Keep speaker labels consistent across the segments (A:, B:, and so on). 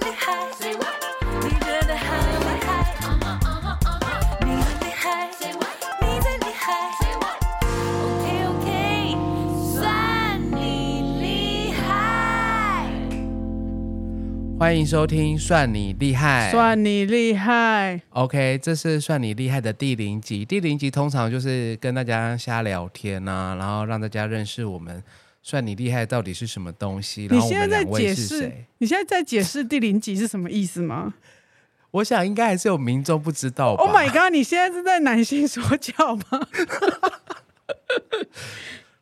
A: Say what？你真的好厉害，你很厉害，Say what？你最厉害，Say what？OK OK，算你厉害。
B: 欢迎收听《算你厉害》。
C: 算你厉害，
B: OK，这是算你厉害的第零集。第零集通常就是跟大家瞎聊天啊，然后让大家认识我们。算你厉害到底是什么东西？然
C: 你
B: 后我
C: 现在
B: 们
C: 在
B: 两位
C: 解
B: 是
C: 释
B: 谁？，
C: 你现在在解释第零集是什么意思吗
B: 我想应该还是有民众不知道吧。
C: ？Oh my god！你现在是在男性说教 吗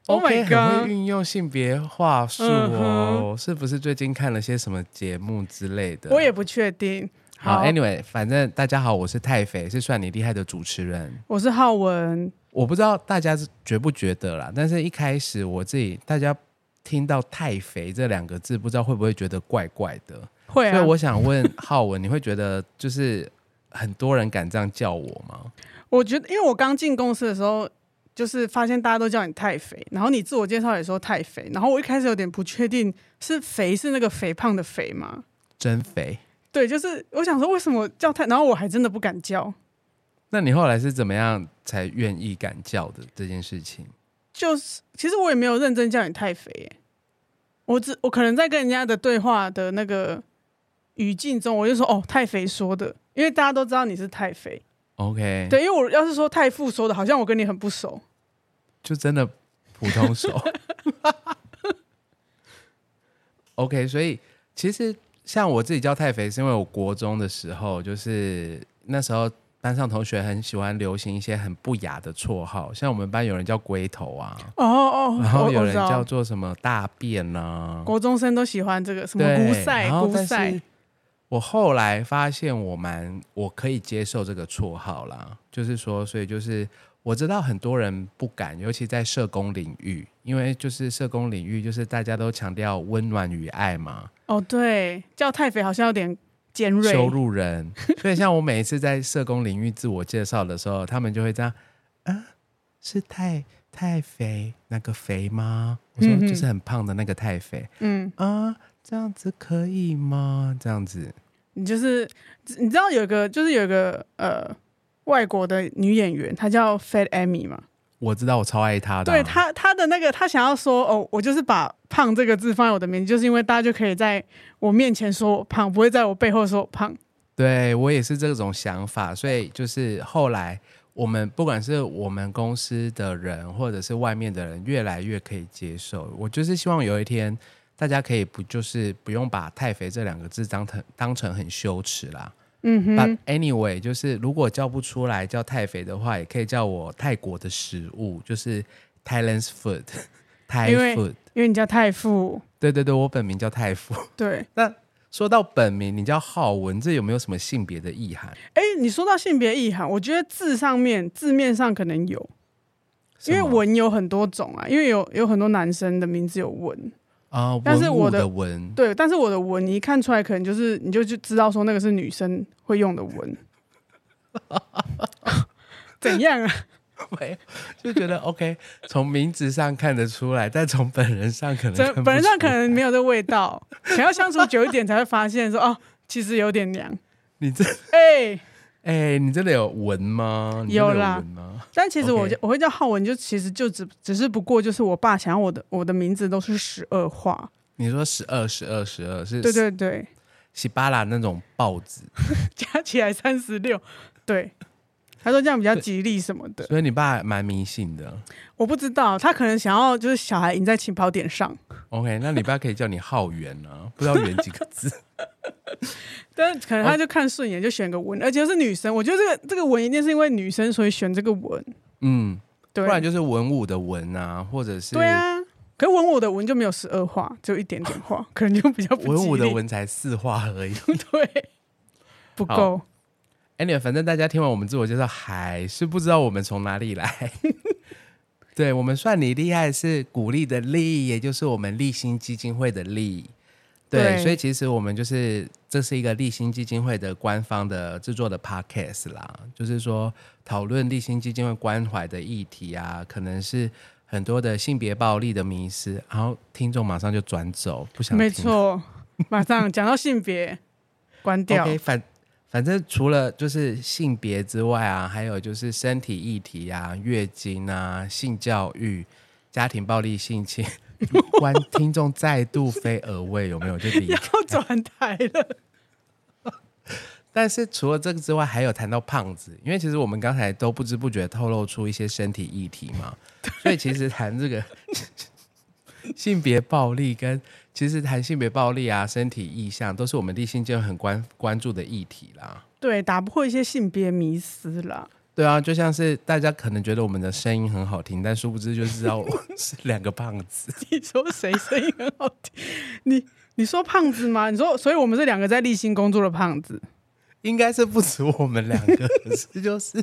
C: ？Oh
B: OK，很
C: my god！嗯
B: 会运用性别话术哦，是不是最近看了些什么节目之类的？
C: 我也不确定。
B: 好，Anyway，反正大家好，我是太肥，是算你厉害的主持人。
C: 我是浩文，
B: 我不知道大家是觉不觉得啦，但是一开始我自己大家听到“太肥”这两个字，不知道会不会觉得怪怪的？
C: 会
B: 所
C: 啊
B: 以，我想问 浩文，你会觉得就是很多人敢这样叫我吗？
C: 我觉得，因为我刚进公司的时候，就是发现大家都叫你太肥，然后你自我介绍也说太肥，然后我一开始有点不确定是肥是那个肥胖的肥吗？
B: 真肥？
C: 对，就是我想说为什么叫太，然后我还真的不敢叫，
B: 那你后来是怎么样才愿意敢叫的这件事情？
C: 就是其实我也没有认真叫你太肥、耶我只我可能在跟人家的对话的那个语境中，我就说哦太肥说的，因为大家都知道你是太肥，
B: OK，，
C: 对，因为我要是说太富说的，好像我跟你很不熟，
B: 就真的普通手。OK，所以其实像我自己叫太肥，是因为我国中的时候，就是那时候班上同学很喜欢流行一些很不雅的绰号，像我们班有人叫龟头啊，
C: 哦哦，
B: 然后
C: 我
B: 有
C: 我知
B: 人
C: 道
B: 叫做什么大便啊，
C: 国中生都喜欢这个什么
B: 对，
C: 古赛
B: 然后
C: 古
B: 但
C: 赛
B: 是，我后来发现我蛮我可以接受这个绰号啦，就是说，所以就是我知道很多人不敢，尤其在社工领域，因为就是社工领域就是大家都强调温暖与爱嘛，
C: 哦，对，叫太肥好像有点尖锐，
B: 羞辱人，所以像我每一次在社工领域自我介绍的时候，他们就会这样，啊，是太太肥那个肥吗？我说
C: 嗯哼
B: 就是很胖的那个太肥、
C: 嗯，
B: 啊，这样子可以吗？这样子。
C: 你就是你知道有一个就是有一个呃外国的女演员，她叫 Fat Amy 嘛，
B: 我知道我超爱他的啊、
C: 对她她的那个她想要说哦，我就是把胖这个字放在我的名字，就是因为大家就可以在我面前说我胖，不会在我背后说我胖，
B: 对我也是这种想法，所以就是后来我们不管是我们公司的人，或者是外面的人，越来越可以接受。我就是希望有一天，大家可以不就是不用把“太肥”这两个字当成当成很羞耻啦。
C: 嗯哼，
B: But anyway，就是如果叫不出来叫太肥的话，也可以叫我泰国的食物，就是 Thailand's food，泰
C: 因为
B: food。
C: 因为你叫太富，
B: 对对对，我本名叫泰富。
C: 对，
B: 那说到本名，你叫浩文，这有没有什么性别的意涵？
C: 哎，你说到性别意涵，我觉得字上面字面上可能有。因为
B: 什么
C: 文有很多种啊，因为有有很多男生的名字有文，
B: 啊，
C: 但是
B: 文
C: 我
B: 武
C: 的
B: 的文，
C: 对，但是我的文你一看出来，可能就是你就就知道说那个是女生会用的文， 怎样啊？
B: 没有就觉得 OK，从 名字上看得出来，但从本人上可能
C: 这
B: 看不
C: 本人上
B: 出
C: 可
B: 来
C: 能没有这味道，想要相处久一点才会发现说哦，其实有点娘，
B: 你这
C: 哎、
B: 哎、你真的有文吗？你真的
C: 有啦
B: 文吗？
C: 但其实我
B: OK
C: 就我会叫浩文，就其实就只只是不过就是我爸想要我的我的名字都是十二画，
B: 你说十二十二十二是
C: 对对对，
B: 喜巴拉那种豹子，
C: 加起来三十六，对，他说这样比较吉利什么的。
B: 所以你爸蛮迷信的。
C: 我不知道，他可能想要就是小孩赢在起跑点上，
B: OK，那你爸可以叫你浩源 啊，不知道源几个字。
C: 但可能
B: 哦
C: 他就看顺眼就选个文，而且又是女生。我觉得这个这个文一定是因为女生所以选这个文，
B: 嗯，不
C: 对，
B: 然就是文武的文啊，或者是
C: 对啊。可文我的文就没有十二画，只有一点点 画，可能就比较不吉利
B: 文武的文才四画而已。
C: 对不够。
B: Anyway，反正大家听完我们自我介绍，还是不知道我们从哪里来。 对我们算你厉害是鼓励的励，也就是我们立新基金会的立。对，
C: 对
B: 所以其实我们就是这是一个立新基金会的官方的制作的 podcast 啦，就是说讨论立新基金会关怀的议题啊，可能是很多的性别暴力的迷失，然后听众马上就转走，不想听。
C: 没错，马上讲到性别，关掉。
B: OK，反反正除了就是性别之外啊，还有就是身体议题啊、月经啊、性教育、家庭暴力、性侵。观听众再度飞蛾位有没有？就离
C: 要转台了，
B: 但是除了这个之外，还有谈到胖子，因为其实我们刚才都不知不觉透露出一些身体议题嘛，所以其实谈这个 性别暴力跟其实谈性别暴力啊、身体意向，都是我们立新界很关关注的议题啦。
C: 对，打破一些性别迷思啦。
B: 对啊，就像是大家可能觉得我们的声音很好听，但殊不知就是知道我 是两个胖子。
C: 你说谁声音很好听？你你说胖子吗？你说，所以我们是两个在立新工作的胖子。
B: 应该是不止我们两个，可是就是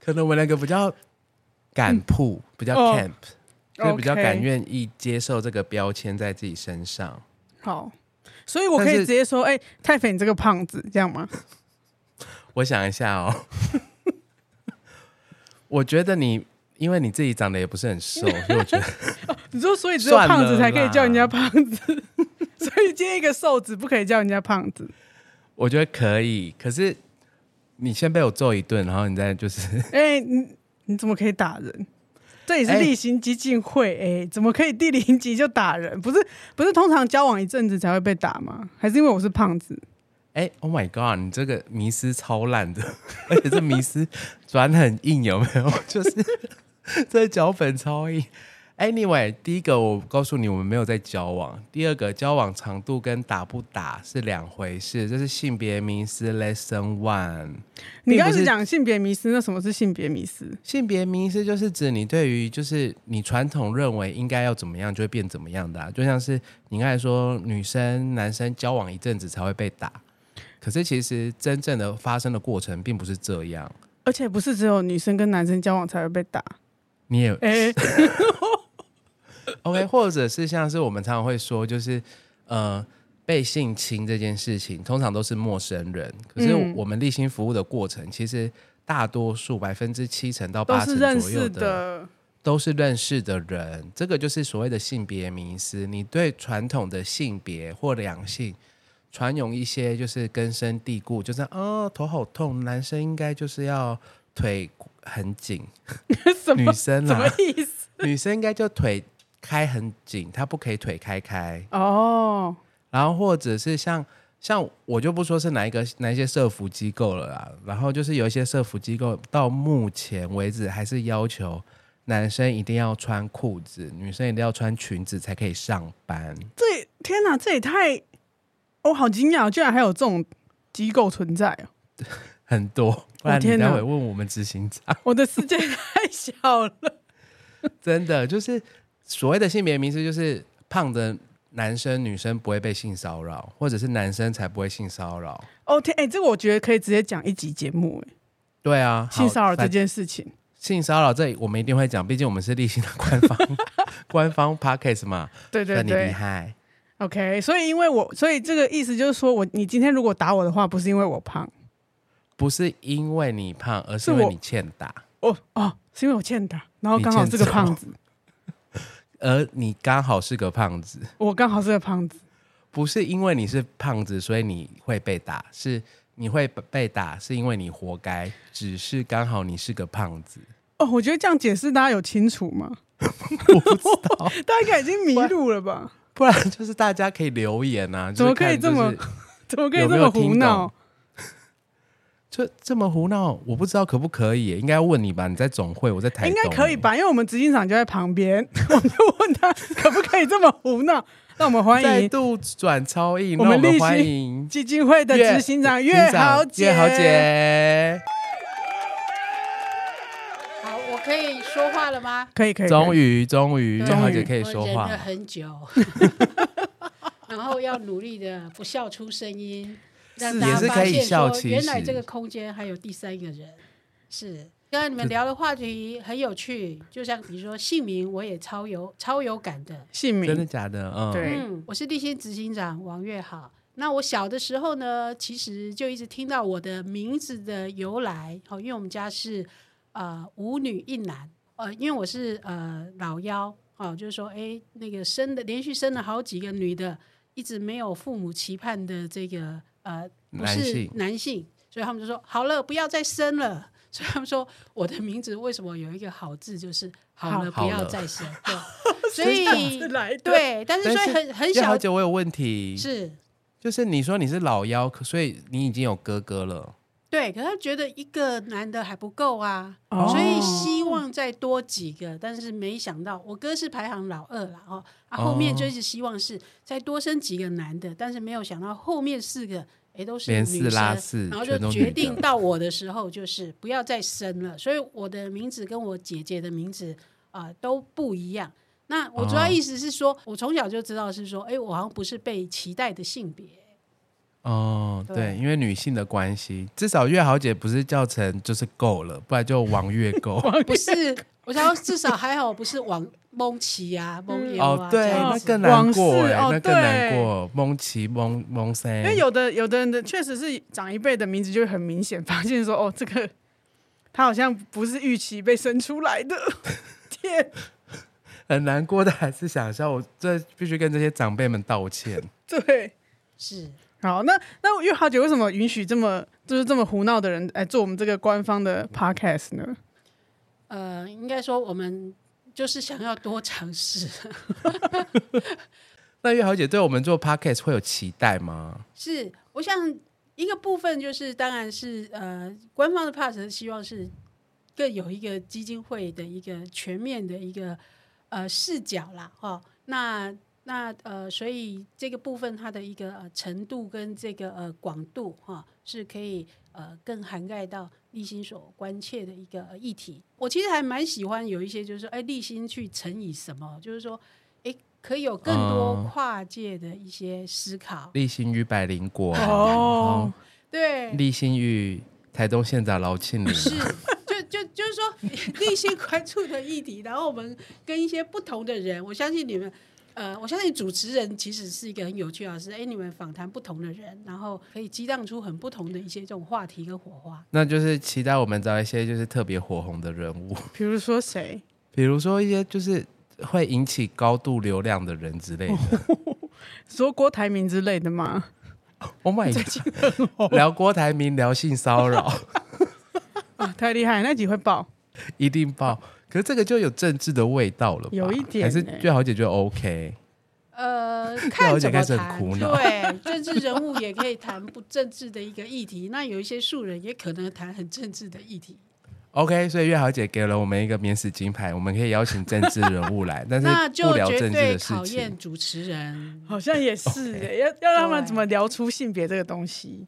B: 可能我们两个比较敢扑，比较
C: 嗯哦
B: camp，、所以比较
C: OK
B: 敢愿意接受这个标签在自己身上。
C: 好，所以我可
B: 但
C: 以
B: 是
C: 直接说，哎、太肥，你这个胖子，这样吗？
B: 我想一下哦， 我觉得你因为你自己长得也不是很瘦，所以我觉得
C: 你说，所以只有胖子才可以叫人家胖子， 所以今天一个瘦子不可以叫人家胖子。
B: 我觉得可以。可是你先被我揍一顿，然后你再就是
C: 哎、你你怎么可以打人？这里是
B: 哎
C: 例行基金会，哎、怎么可以第零级就打人？不是不是，通常交往一阵子才会被打吗？还是因为我是胖子？
B: 哎、o h my God！你这个迷思超烂的， 而且这迷思转很硬，有没有？ 就是这脚本超硬。Anyway，第一个我告诉你，我们没有在交往；第二个，交往长度跟打不打是两回事，这是性别迷思 Lesson One。
C: 你
B: 并
C: 刚
B: 不
C: 开
B: 是
C: 始讲性别迷失，那什么是性别迷失？
B: 性别迷失就是指你对于就是你传统认为应该要怎么样就会变怎么样的、啊，就像是你刚才说女生男生交往一阵子才会被打，可是其实真正的发生的过程并不是这样。
C: 而且不是只有女生跟男生交往才会被打，
B: 你也、
C: 哎、
B: OK，或者是像是我们常常会说，就是呃被性侵这件事情，通常都是陌生人，可是
C: 嗯
B: 我们立心服务的过程，其实大多数百分之七成到
C: 都
B: 八
C: 是
B: 成
C: 认
B: 左右
C: 识
B: 的
C: 的。
B: 都是认识的人，这个就是所谓的性别迷思。你对传统的性别或两性传有一些就是根深蒂固，就是哦头好痛，男生应该就是要腿很紧，
C: 什
B: 女
C: 么
B: 生啊
C: 什么
B: 啦，
C: 意思？
B: 女生应该就腿开很紧，她不可以腿开开。
C: 哦，
B: 然后或者是像像我就不说是哪一个哪一些社服机构了啦，然后就是有一些社服机构到目前为止还是要求男生一定要穿裤子，女生一定要穿裙子才可以上班。
C: 这也天哪，这也太……我、好惊讶，居然还有这种机构存在 哦！
B: 很多，不然你
C: 天哪
B: 待会问我们执行长，
C: 我的世界太小了。
B: 真的就是所谓的性别名词，就是胖的男生女生不会被性骚扰，或者是男生才不会性骚扰。
C: 哦天，哎、这个我觉得可以直接讲一集节目，哎，
B: 对啊，好
C: 性骚扰
B: 反
C: 这件事情。
B: 性骚扰这里我们一定会讲，毕竟我们是立新的官方 官方 podcast 嘛，
C: 对对
B: 算你厉
C: 对
B: 害。
C: ，OK。所以因为我，所以这个意思就是说我，你今天如果打我的话，不是因为我胖，
B: 不是因为你胖，而是
C: 是
B: 因
C: 我
B: 为你欠打，
C: 哦哦，是因为我欠打，然后
B: 你
C: 刚好
B: 欠
C: 是个
B: 揍
C: 胖子，
B: 而你刚好是个胖子。
C: 我刚好是个胖子。
B: 不是因为你是胖子，所以你会被打，是你会被打，是因为你活该，只是刚好你是个胖子。
C: 哦，我觉得这样解释大家有清楚吗？
B: 我不知道，
C: 大家应该已经迷路 了吧？
B: 不 然就是大家可以留言啊，
C: 怎么可以
B: 就是看
C: 这么
B: 就是
C: 怎么可以
B: 有
C: 这
B: 没有
C: 么胡
B: 听
C: 闹？
B: 懂就这么胡闹？我不知道可不可以耶，应该要问你吧？你在总会，我在台
C: 应
B: 东，啊
C: 该可以？吧，因为我们执行长就在旁边， 我就问他可不可以这么胡闹。那我们欢
B: 再
C: 迎
B: 度转超硬，
C: 我
B: 那
C: 们
B: 我们
C: 立
B: 欢
C: 新
B: 迎
C: 基金会的
B: 岳
C: 执行长
B: 执
C: 岳
B: 长
C: 豪姐。
B: 岳豪，姐，
D: 好，我可以说话了吗？
C: 可以可以，
B: 终
C: 于
B: 于终于，
D: 对
B: 岳豪
C: 终于
B: 姐可以
D: 我
B: 说
D: 忍
B: 话
D: 了。很久，然后要努力的不笑出声音，让
B: 是
D: 大
B: 也
D: 家
B: 是
D: 发
B: 可以
D: 现
B: 笑
D: 说，
B: 其
D: 原来
B: 实
D: 这个空间还有第三个人。是，刚刚你们聊的话题很有趣，就像比如说姓名，我也超有超有感的。
C: 姓
B: 真的
C: 名，
B: 假的？嗯，
C: 对
D: 嗯，我是立新执行长王月好。那我小的时候呢，其实就一直听到我的名字的由来，哦，因为我们家是呃五女一男，呃，因为我是呃老幺，哦，就是说，哎，那个生的连续生了好几个女的，一直没有父母期盼的这个呃不
B: 男
D: 是
B: 性
D: 男性，所以他们就说好了，不要再生了。 所以他们说我的名字为什么有一个好字，就是好了，
B: 好
D: 不要
B: 了
D: 再生。对，所以
C: 是来的
D: 对，但是
B: 但
D: 所以
B: 是
D: 很很
B: 叶
D: 小
B: 豪姐，我有问题，
D: 是
B: 就是你说你是老幺，可所以你已经有哥哥了，
D: 对，可是他觉得一个男的还不够啊，
C: 哦
D: 所以希望再多几个，但是没想到我哥是排行老二啦，哦，啊后面就一直希望是再多生几个男的，但是没有想到后面四个。哎，都是
B: 连
D: 女
B: 四
D: 生，
B: 拉四
D: 然后
B: 全
D: 就
B: 都
D: 决
B: 女
D: 定
B: 的
D: 到我的时候，就是不要再生了。所以我的名字跟我姐姐的名字啊、都不一样。那我主
B: 哦
D: 要意思是说，我从小就知道是说，哎，我好像不是被期待的性别，
B: 哦，对，
D: 对
B: 因为女性的关系，至少月豪姐不是叫成就是够了，不然就王月够。
D: 不是，我想要至少还好，不是往蒙奇啊、蒙牛
B: 哦
D: 啊，这
B: 对，
D: 样
B: 那
D: 子
B: 更
C: 往
B: 难
C: 事
B: 过哎、
C: 哦
B: 那更难
C: 对
B: 过，蒙奇蒙蒙森，
C: 因为有的有的人的确实是长一辈的名字就会很明显发现说，哦，这个他好像不是预期被生出来的。 天，
B: 很难过的，还是想笑。我这必须跟这些长辈们道 歉。
C: 对，
D: 是
C: 好，那那月豪姐为什么允许这么就是这么胡闹的人来做我们这个官方的 podcast 呢？
D: 呃，应该说我们就是想要多尝试，
B: 那月豪姐对我们做 podcast 会有期待吗？
D: 是我想一个部分就是，当然是呃，官方的 pass 希望是更有一个基金会的一个全面的一个呃视角啦，哦，那那呃，所以这个部分它的一个呃程度跟这个呃广度哈、是可以呃更涵盖到立新所关切的一个呃议题。我其实还蛮喜欢有一些就是说，哎，立新去乘以什么，就是说，哎，可以有更多
B: 嗯
D: 跨界的一些思考。
B: 立新与百灵果
C: 哦，
D: 对，
B: 立新与台东县长劳庆林，
D: 是，就就就是说 那些关注的议题，然后我们跟一些不同的人，我相信你们。呃，我相信主持人其实是一个很有趣的老师，哎，你们访谈不同的人，然后可以激荡出很不同的一些这种话题跟火花。
B: 那就是期待我们找一些就是特别火红的人物，
C: 比如说谁？
B: 比如说一些就是会引起高度流量的人之
C: 哦
B: 类的。
C: 说郭台铭之类的吗？
B: Oh my god！聊郭台铭，聊性骚 扰，
C: 啊，太厉害，那集会爆。
B: 一定爆。可是这个就有政治的味道了吧，
C: 有一点
B: 还是
C: 欸
B: 最好解决 OK。
D: 呃，
B: 了
D: 看
B: 解
D: 怎么
B: 开始很
D: 谈，
B: 苦恼
D: 对，政治人物也可以谈不政治的一个议题，那有一些素人也可能谈很政治的议题。
B: OK，所以月豪姐给了我们一个免死金牌，我们可以邀请政治人物来，但是
D: 那就
B: 不聊
D: 绝
B: 政治
D: 对
B: 的事
D: 考验
B: 情。
D: 主持人，
C: 好像也是、欸，要要让他们怎么聊出性别这个东西。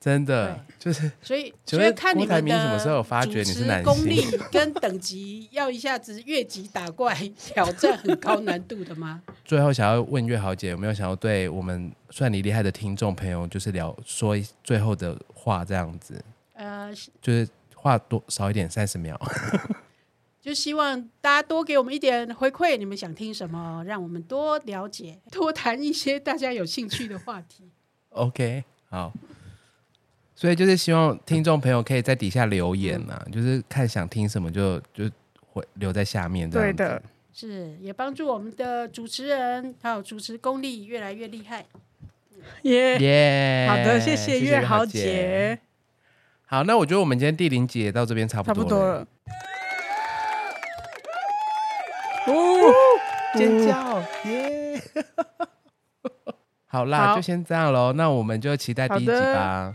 B: 真的就是
D: 所以，
B: 请
D: 所
B: 问
D: 以看你
B: 郭台
D: 们
B: 铭
D: 的
B: 什么时候有发觉你是男性
D: 主持功力跟等级要一下子越级打怪， 挑战很高难度的吗？
B: 最后想要问月豪姐有没有想要对我们算你厉害的听众朋友，就是聊说一最后的话这样子，
D: 呃，
B: 就是话多少一点，三十秒。
D: 就希望大家多给我们一点回馈，你们想听什么，让我们多了解，多谈一些大家有兴趣的话 题。
B: OK，好。所以就是希望听众朋友可以在底下留言啊，就是看想听什么就就会留在下面这
C: 对
B: 样子。
C: 的，
D: 是，也帮助我们的主持人还有主持功力越来越厉害。
C: 耶、
B: 耶、
C: 好的，谢谢月豪
B: 姐。
C: 姐，
B: 好，那我觉得我们今天第零集也到这边差不
C: 差不
B: 多
C: 多
B: 了。
C: 了。哦，
B: 尖叫 耶！好啦，
C: 好
B: 就先这样喽。那我们就期待第一集吧。